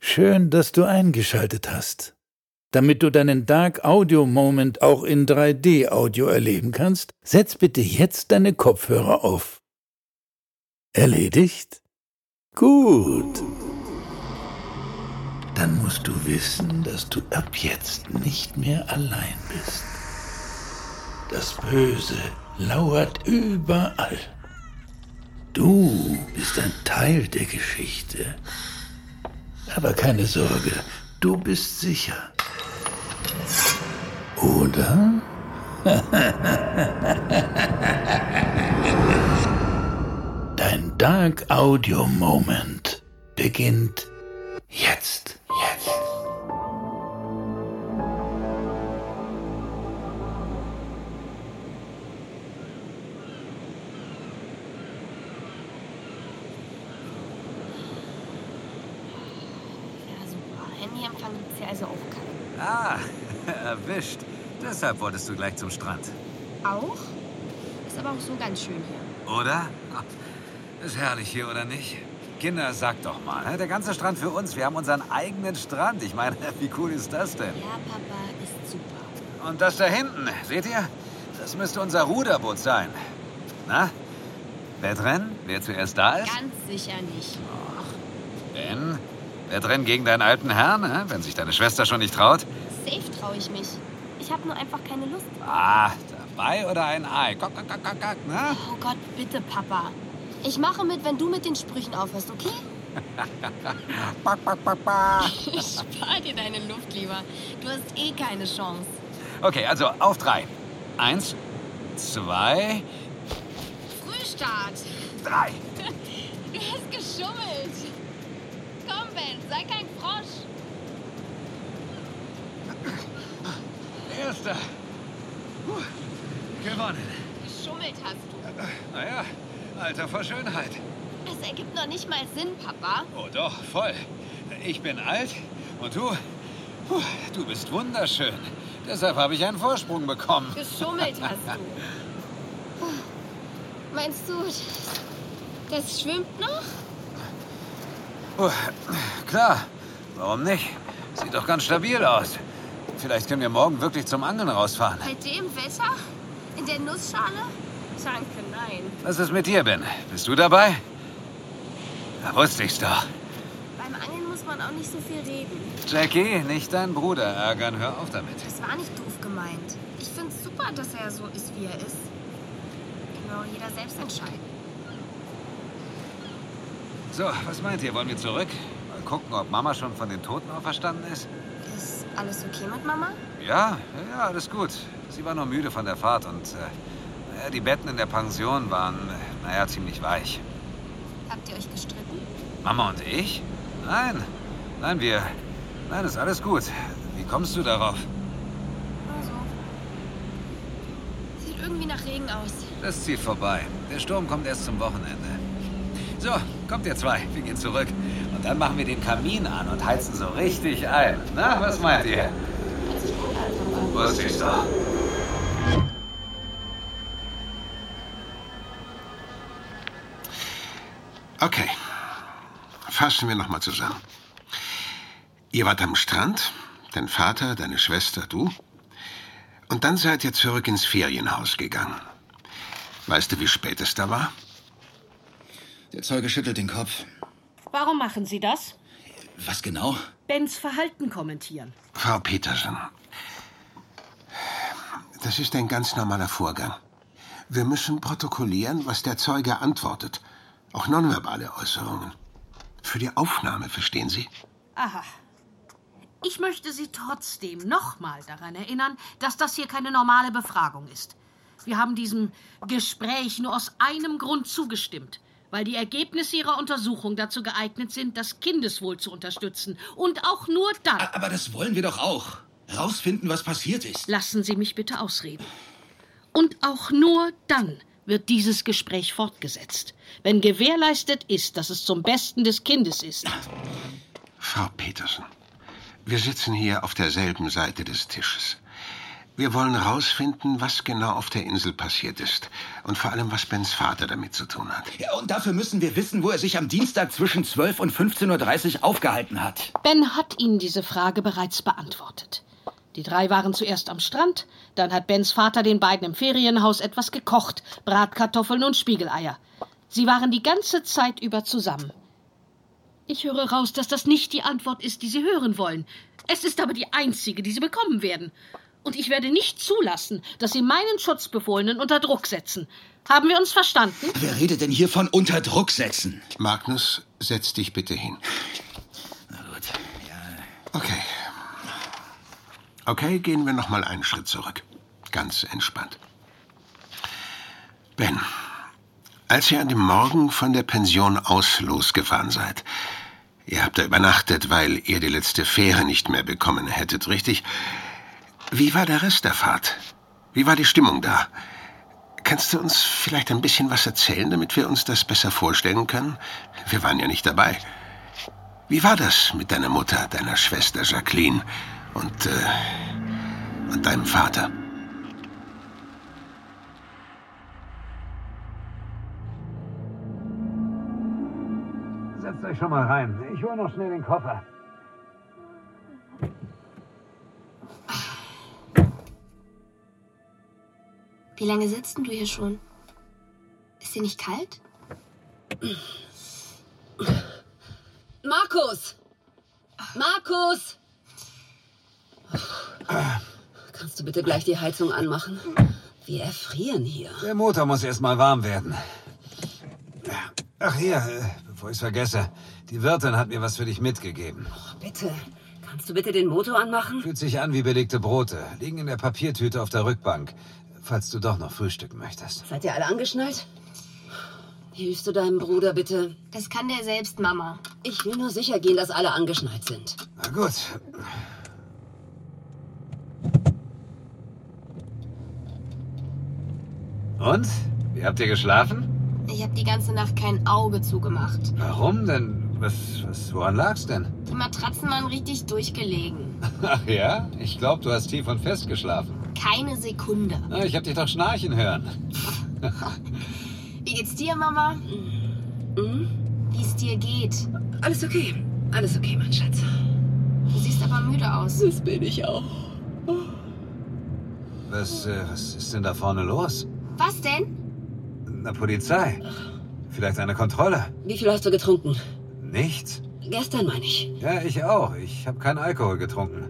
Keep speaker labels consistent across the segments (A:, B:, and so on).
A: Schön, dass du eingeschaltet hast. Damit du deinen Dark Audio Moment auch in 3D Audio erleben kannst, setz bitte jetzt deine Kopfhörer auf. Erledigt? Gut. Dann musst du wissen, dass du ab jetzt nicht mehr allein bist. Das Böse lauert überall. Du bist ein Teil der Geschichte. Aber keine Sorge, du bist sicher. Oder? Dein Dark Audio Moment beginnt jetzt. Jetzt.
B: Ja, super. Handyempfang gibt's hier also auch keinen.
C: Ah, erwischt. Deshalb wolltest du gleich zum Strand.
B: Auch? Ist aber auch so ganz schön hier.
C: Oder? Ist herrlich hier, oder nicht? Kinder, sag doch mal, hä, der ganze Strand für uns. Wir haben unseren eigenen Strand. Ich meine, wie cool ist das denn?
B: Ja, Papa, ist super.
C: Und das da hinten, seht ihr? Das müsste unser Ruderboot sein. Na? Wer drin? Wer zuerst da ist?
B: Ganz sicher nicht.
C: Ben? Wer drin gegen deinen alten Herrn, hä, wenn sich deine Schwester schon nicht traut?
B: Safe traue ich mich. Ich habe nur einfach keine Lust.
C: Ah, dabei oder ein Ei? Kock, kock, kock, kock, kock, ne?
B: Oh Gott, bitte, Papa. Ich mache mit, wenn du mit den Sprüchen aufhörst, okay?
C: Kock, kock, kock, kock.
B: Ich spare dir deine Luft lieber. Du hast eh keine Chance.
C: Okay, also auf drei. Eins, zwei,
B: Frühstart.
C: drei.
B: Du hast geschummelt. Komm, Ben, sei kein Frosch.
C: Erster. Puh, gewonnen.
B: Geschummelt hast du.
C: Naja, Alter vor Schönheit.
B: Das ergibt noch nicht mal Sinn, Papa.
C: Oh doch, voll. Ich bin alt und du, puh, du bist wunderschön. Deshalb habe ich einen Vorsprung bekommen.
B: Geschummelt hast du. Oh. Meinst du, das schwimmt noch?
C: Puh, klar, warum nicht? Sieht doch ganz stabil aus. Vielleicht können wir morgen wirklich zum Angeln rausfahren.
B: Bei dem Wetter? In der Nussschale? Danke, nein.
C: Was ist mit dir, Ben? Bist du dabei? Da wusste ich's doch.
B: Beim Angeln muss man auch nicht so viel reden.
C: Jackie, nicht deinen Bruder ärgern. Hör auf damit.
B: Das war nicht doof gemeint. Ich find's super, dass er so ist, wie er ist. Genau, jeder selbst entscheiden.
C: So, was meint ihr? Wollen wir zurück? Mal gucken, ob Mama schon von den Toten auferstanden ist?
B: Ist alles okay mit Mama?
C: Ja, ja, ja, alles gut. Sie war nur müde von der Fahrt und äh, naja, die Betten in der Pension waren, äh, naja, ziemlich weich.
B: Habt ihr euch gestritten?
C: Mama und ich? Nein, nein, wir. Nein, ist alles gut. Wie kommst du darauf?
B: Also. Sieht irgendwie nach Regen aus.
C: Das zieht vorbei. Der Sturm kommt erst zum Wochenende. So, kommt ihr zwei. Wir gehen zurück. Und dann machen wir den Kamin an und heizen so richtig ein. Na, was meint ihr? Wusste ich doch.
D: Okay. Fassen wir nochmal zusammen. Ihr wart am Strand, dein Vater, deine Schwester, du. Und dann seid ihr zurück ins Ferienhaus gegangen. Weißt du, wie spät es da war?
E: Der Zeuge schüttelt den Kopf.
F: Warum machen Sie das?
E: Was genau?
F: Bens Verhalten kommentieren.
D: Frau Petersen, das ist ein ganz normaler Vorgang. Wir müssen protokollieren, was der Zeuge antwortet. Auch nonverbale Äußerungen. Für die Aufnahme, verstehen Sie?
F: Aha. Ich möchte Sie trotzdem nochmal daran erinnern, dass das hier keine normale Befragung ist. Wir haben diesem Gespräch nur aus einem Grund zugestimmt, weil die Ergebnisse Ihrer Untersuchung dazu geeignet sind, das Kindeswohl zu unterstützen. Und auch nur dann.
E: A- Aber das wollen wir doch auch. Rausfinden, was passiert ist.
F: Lassen Sie mich bitte ausreden. Und auch nur dann wird dieses Gespräch fortgesetzt, wenn gewährleistet ist, dass es zum Besten des Kindes ist.
D: Frau Petersen, wir sitzen hier auf derselben Seite des Tisches. Wir wollen herausfinden, was genau auf der Insel passiert ist. Und vor allem, was Bens Vater damit zu tun hat.
E: Ja, und dafür müssen wir wissen, wo er sich am Dienstag zwischen 12 und 15.30 Uhr aufgehalten hat.
F: Ben hat Ihnen diese Frage bereits beantwortet. Die drei waren zuerst am Strand, dann hat Bens Vater den beiden im Ferienhaus etwas gekocht, Bratkartoffeln und Spiegeleier. Sie waren die ganze Zeit über zusammen. Ich höre raus, dass das nicht die Antwort ist, die Sie hören wollen. Es ist aber die einzige, die Sie bekommen werden. Und ich werde nicht zulassen, dass Sie meinen Schutzbefohlenen unter Druck setzen. Haben wir uns verstanden?
E: Wer redet denn hier von unter Druck setzen?
D: Magnus, setz dich bitte hin.
E: Na gut.
D: Okay. Okay, gehen wir noch mal einen Schritt zurück. Ganz entspannt. Ben, als ihr an dem Morgen von der Pension aus losgefahren seid, ihr habt da übernachtet, weil ihr die letzte Fähre nicht mehr bekommen hättet, richtig? Wie war der Rest der Fahrt? Wie war die Stimmung da? Kannst du uns vielleicht ein bisschen was erzählen, damit wir uns das besser vorstellen können? Wir waren ja nicht dabei. Wie war das mit deiner Mutter, deiner Schwester Jacqueline und, äh, und deinem Vater?
C: Setzt euch schon mal rein. Ich hole noch schnell den Koffer.
G: Wie lange sitzt denn du hier schon? Ist dir nicht kalt?
H: Markus! Markus! Kannst du bitte gleich die Heizung anmachen? Wir erfrieren hier.
C: Der Motor muss erst mal warm werden. Ach hier, äh, bevor ich's vergesse. Die Wirtin hat mir was für dich mitgegeben.
H: Bitte. Kannst du bitte den Motor anmachen?
C: Fühlt sich an wie belegte Brote. Liegen in der Papiertüte auf der Rückbank. Falls du doch noch frühstücken möchtest.
H: Seid ihr alle angeschnallt? Hilfst du deinem Bruder bitte?
B: Das kann der selbst, Mama.
H: Ich will nur sicher gehen, dass alle angeschnallt sind.
C: Na gut. Und? Wie habt ihr geschlafen?
B: Ich habe die ganze Nacht kein Auge zugemacht.
C: Warum denn? Was, was, woran lag's denn?
B: Die Matratzen waren richtig durchgelegen.
C: Ach ja? Ich glaub, du hast tief und fest geschlafen.
B: Keine Sekunde.
C: Na, Ich hab dich doch schnarchen hören.
B: Wie geht's dir, Mama?
H: Hm?
B: Wie es dir geht.
H: Alles okay. Alles okay, mein Schatz.
B: Du siehst aber müde aus.
H: Das bin ich auch.
C: Was, äh, was ist denn da vorne los?
B: Was denn?
C: Na, Polizei. Vielleicht eine Kontrolle?
H: Wie viel hast du getrunken?
C: Nichts?
H: Gestern meine ich.
C: Ja, ich auch. Ich habe keinen Alkohol getrunken.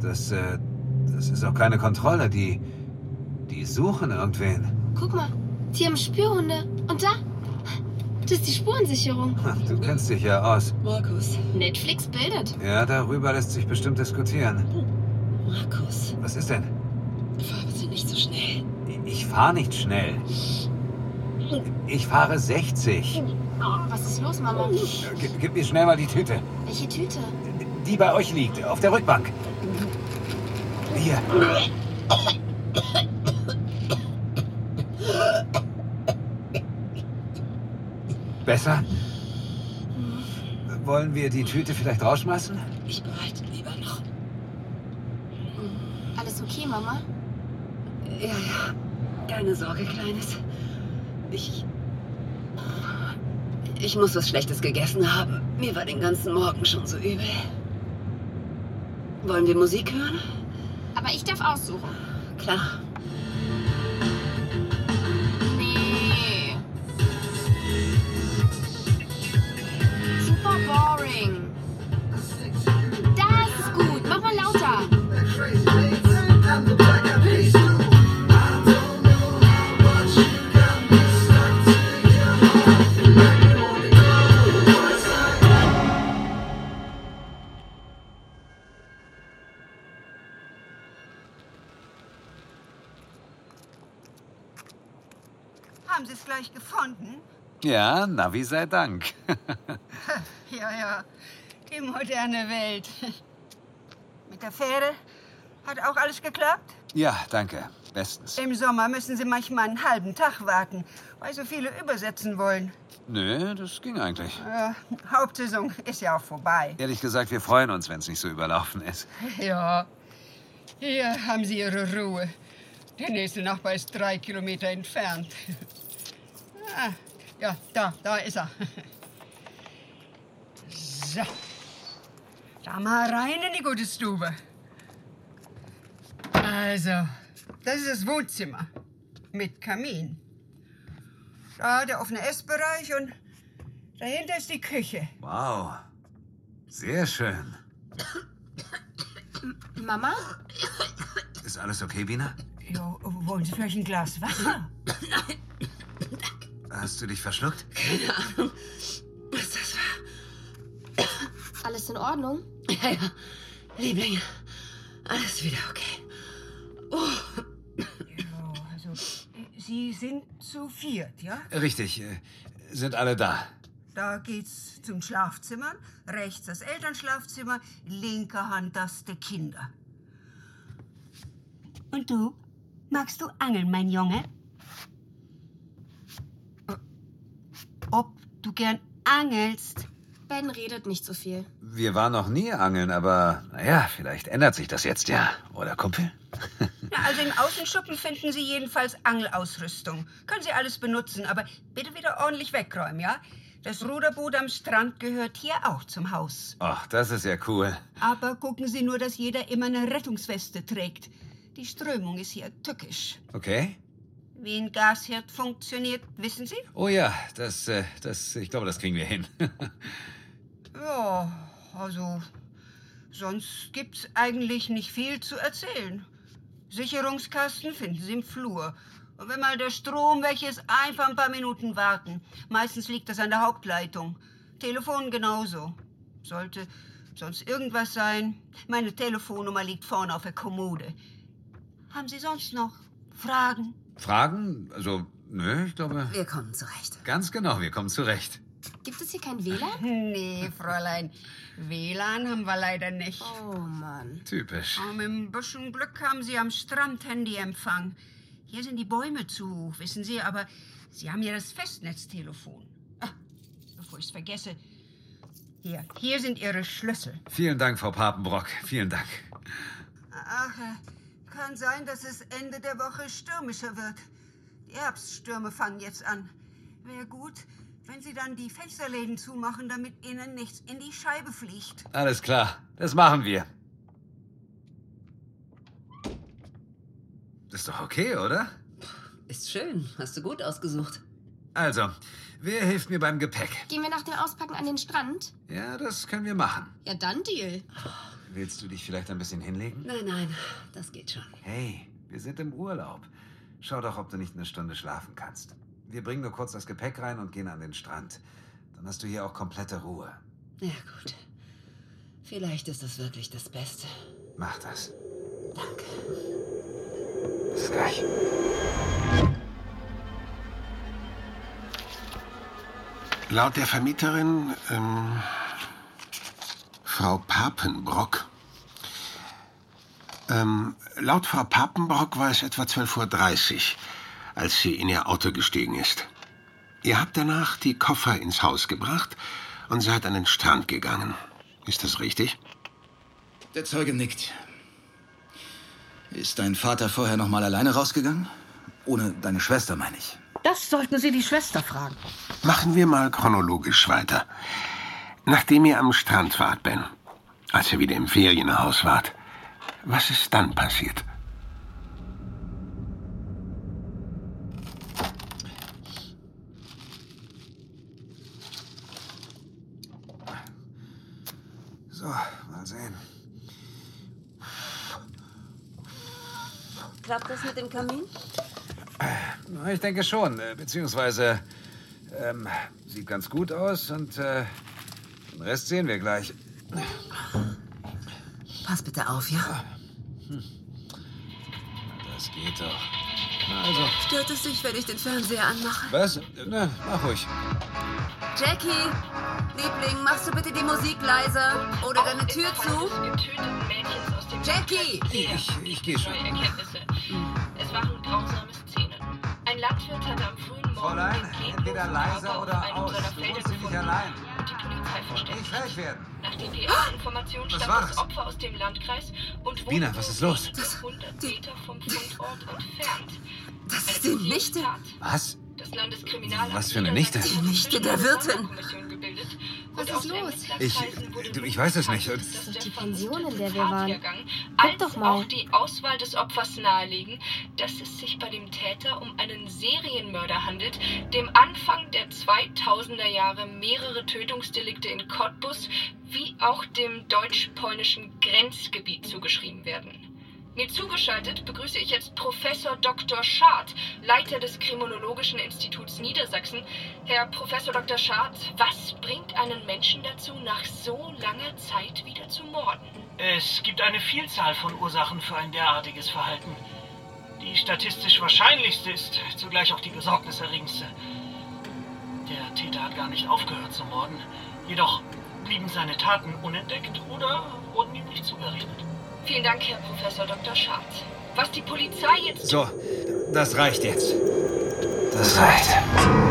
C: Das, äh, das ist auch keine Kontrolle. Die, die suchen irgendwen.
B: Guck mal. Hier haben Spürhunde. Und da? Das ist die Spurensicherung.
C: Ach, Du kennst dich ja aus.
H: Markus.
B: Netflix bildet.
C: Ja, darüber lässt sich bestimmt diskutieren.
H: Markus.
C: Was ist denn?
H: Fahr bitte nicht so schnell.
C: Ich fahre nicht schnell. Ich fahre 60.
B: Was ist los, Mama?
C: Gib, gib mir schnell mal die Tüte,
B: Welche Tüte?
C: die bei euch liegt, auf der Rückbank. Hier. Besser? Wollen wir die Tüte vielleicht rausschmeißen?
H: Ich behalte lieber noch.
B: Alles okay, Mama?
H: Ja, ja. Keine Sorge, Kleines. Ich. Ich muss was Schlechtes gegessen haben. Mir war den ganzen Morgen schon so übel. Wollen wir Musik hören?
B: Aber ich darf aussuchen.
H: Klar.
B: Nee. Super boring. Das ist gut. Mach mal lauter.
I: Haben Sie es gleich gefunden?
C: Ja, Navi sei Dank.
I: Ja, ja. Die moderne Welt. Mit der Fähre hat auch alles geklappt?
C: Ja, danke. Bestens.
I: Im Sommer müssen Sie manchmal einen halben Tag warten, weil so viele übersetzen wollen.
C: Nö, das ging eigentlich.
I: Äh, Hauptsaison ist ja auch vorbei.
C: Ehrlich gesagt, wir freuen uns, wenn es nicht so überlaufen ist.
I: Ja. Hier haben Sie Ihre Ruhe. Der nächste Nachbar ist drei Kilometer entfernt. Ah, ja, da, da ist er. So. Da mal rein in die gute Stube. Also, das ist das Wohnzimmer mit Kamin. Da der offene Essbereich und dahinter ist die Küche.
C: Wow. Sehr schön.
B: Mama?
C: Ist alles okay, Bina?
I: Jo, wollen Sie vielleicht ein Glas Wasser?
C: Hast du dich verschluckt?
H: Was das war?
B: Alles in Ordnung?
H: Ja, ja. Liebling, alles wieder okay. Oh,
I: Jo, also, Sie sind zu viert, ja?
C: Richtig. äh, Sind alle da?
I: Da geht's zum Schlafzimmer, rechts das Elternschlafzimmer, linke Hand das der Kinder.
J: Und du? Magst du angeln, mein Junge? Ob du gern angelst?
B: Ben redet nicht so viel.
C: Wir waren noch nie angeln, aber naja, vielleicht ändert sich das jetzt ja. Oder, Kumpel?
I: Na, also im Außenschuppen finden Sie jedenfalls Angelausrüstung. Können Sie alles benutzen, aber bitte wieder ordentlich wegräumen, ja? Das Ruderboot am Strand gehört hier auch zum Haus.
C: Ach, das ist ja cool.
I: Aber gucken Sie nur, dass jeder immer eine Rettungsweste trägt. Die Strömung ist hier tückisch.
C: Okay.
I: Wie ein Gasherd funktioniert, wissen Sie?
C: Oh ja, das, äh, das, ich glaube, das kriegen wir hin.
I: Ja, also sonst gibt's eigentlich nicht viel zu erzählen. Sicherungskasten finden Sie im Flur. Und wenn mal der Strom weg ist, einfach ein paar Minuten warten. Meistens liegt das an der Hauptleitung. Telefon genauso. Sollte sonst irgendwas sein. Meine Telefonnummer liegt vorne auf der Kommode. Haben Sie sonst noch Fragen?
C: Fragen? Also, nö, ich glaube,
H: wir kommen zurecht.
C: ganz genau, wir kommen zurecht.
B: Gibt es hier kein WLAN?
I: Nee, Fräulein. WLAN haben wir leider nicht.
B: Oh Mann.
C: Typisch.
I: Aber Oh, mit ein bisschen Glück haben Sie am Strand Handyempfang. Hier sind die Bäume zu hoch, wissen Sie, aber Sie haben ja das Festnetztelefon. Ah, bevor ich es vergesse. Hier, hier sind Ihre Schlüssel.
C: Vielen Dank, Frau Papenbrock. Vielen Dank.
I: Ach, äh, kann sein, dass es Ende der Woche stürmischer wird. Die Herbststürme fangen jetzt an. Wäre gut, wenn Sie dann die Fensterläden zumachen, damit Ihnen nichts in die Scheibe fliegt.
C: Alles klar, das machen wir. Das ist doch okay, oder?
H: Ah, Ist schön, hast du gut ausgesucht.
C: Also, wer hilft mir beim Gepäck?
B: Gehen wir nach dem Auspacken an den Strand?
C: Ja, das können wir machen.
B: Ja, dann Deal.
C: Willst du dich vielleicht ein bisschen hinlegen?
H: Nein, nein, das geht schon.
C: Hey, wir sind im Urlaub. Schau doch, ob du nicht eine Stunde schlafen kannst. Wir bringen nur kurz das Gepäck rein und gehen an den Strand. Dann hast du hier auch komplette Ruhe.
H: Ja, gut. Vielleicht ist das wirklich das Beste.
C: Mach das.
H: Danke.
C: Bis gleich.
D: Laut der Vermieterin, ähm, Frau Papenbrock. Ähm, laut Frau Papenbrock war es etwa 12.30 Uhr, als sie in ihr Auto gestiegen ist. Ihr habt danach die Koffer ins Haus gebracht und seid an den Strand gegangen. Ist das richtig?
E: Der Zeuge nickt. Ist dein Vater vorher noch mal alleine rausgegangen? Ohne deine Schwester, meine ich.
F: Das sollten Sie die Schwester fragen.
D: Machen wir mal chronologisch weiter. Nachdem ihr am Strand wart, Ben, als ihr wieder im Ferienhaus wart, was ist dann passiert?
C: So, mal sehen.
H: Klappt das mit dem Kamin?
C: Na, Ich denke schon, äh, beziehungsweise ähm, sieht ganz gut aus und äh, den Rest sehen wir gleich.
H: Pass bitte auf, ja?
C: Das geht doch. Na, also,
H: Stört es dich, wenn ich den Fernseher anmache?
C: was? Äh, Na, mach ruhig.
H: Jackie, Liebling, machst du bitte die Musik leiser oder deine Tür zu? Jackie!
C: Ich, ich gehe schon.
K: Mhm.
L: Es waren grausame Szenen. Ein Landwirt hatte am frühen Morgen
C: Fräulein,
L: den
C: entweder
L: leblosen
C: leiser
L: Körper auf
C: oder
L: einem
C: aus.
L: seiner
C: Du
L: Felder
C: wohnst hier nicht
L: gefunden.
C: allein.
L: Und die Polizei
I: Polizei verständigt.
C: Gleich werden.
I: Nach DPA-Informationen
C: Was
I: stammt
C: war
I: das
C: das?
I: Opfer aus dem Landkreis und wohnt
C: Bina, was ist los?
I: 100 Meter vom Fundort entfernt.
H: Das ist die Nichte.
C: Was?
I: Das Landeskriminalamt
C: Was für eine Nichte?
I: Niedersachsen
H: Die
I: hat
H: Nichte
I: inzwischen
H: der
I: eine
H: Wirtin.
I: Sonderkommission gebildet und aus den Ermittlern
C: Ich, du, ich weiß es nicht.
K: Das ist doch die Pension, in der wir waren. Guck doch
I: auch
K: mal.
I: die Auswahl des Opfers nahelegen, dass es sich bei dem Täter um einen Serienmörder handelt, dem Anfang der 2000er Jahre mehrere Tötungsdelikte in Cottbus wie auch dem deutsch-polnischen Grenzgebiet zugeschrieben werden. Mir zugeschaltet begrüße ich jetzt Professor Dr. Schad, Leiter des Kriminologischen Instituts Niedersachsen. Herr Professor Dr. Schad, was bringt einen Menschen dazu, nach so langer Zeit wieder zu morden?
E: Es gibt eine Vielzahl von Ursachen für ein derartiges Verhalten. Die statistisch wahrscheinlichste ist zugleich auch die besorgniserregendste. Der Täter hat gar nicht aufgehört zu morden. Jedoch blieben seine Taten unentdeckt oder wurden ihm nicht zugerechnet.
I: Vielen Dank, Herr Professor Dr. Schad. Was die Polizei jetzt
C: So, das reicht jetzt. Das reicht.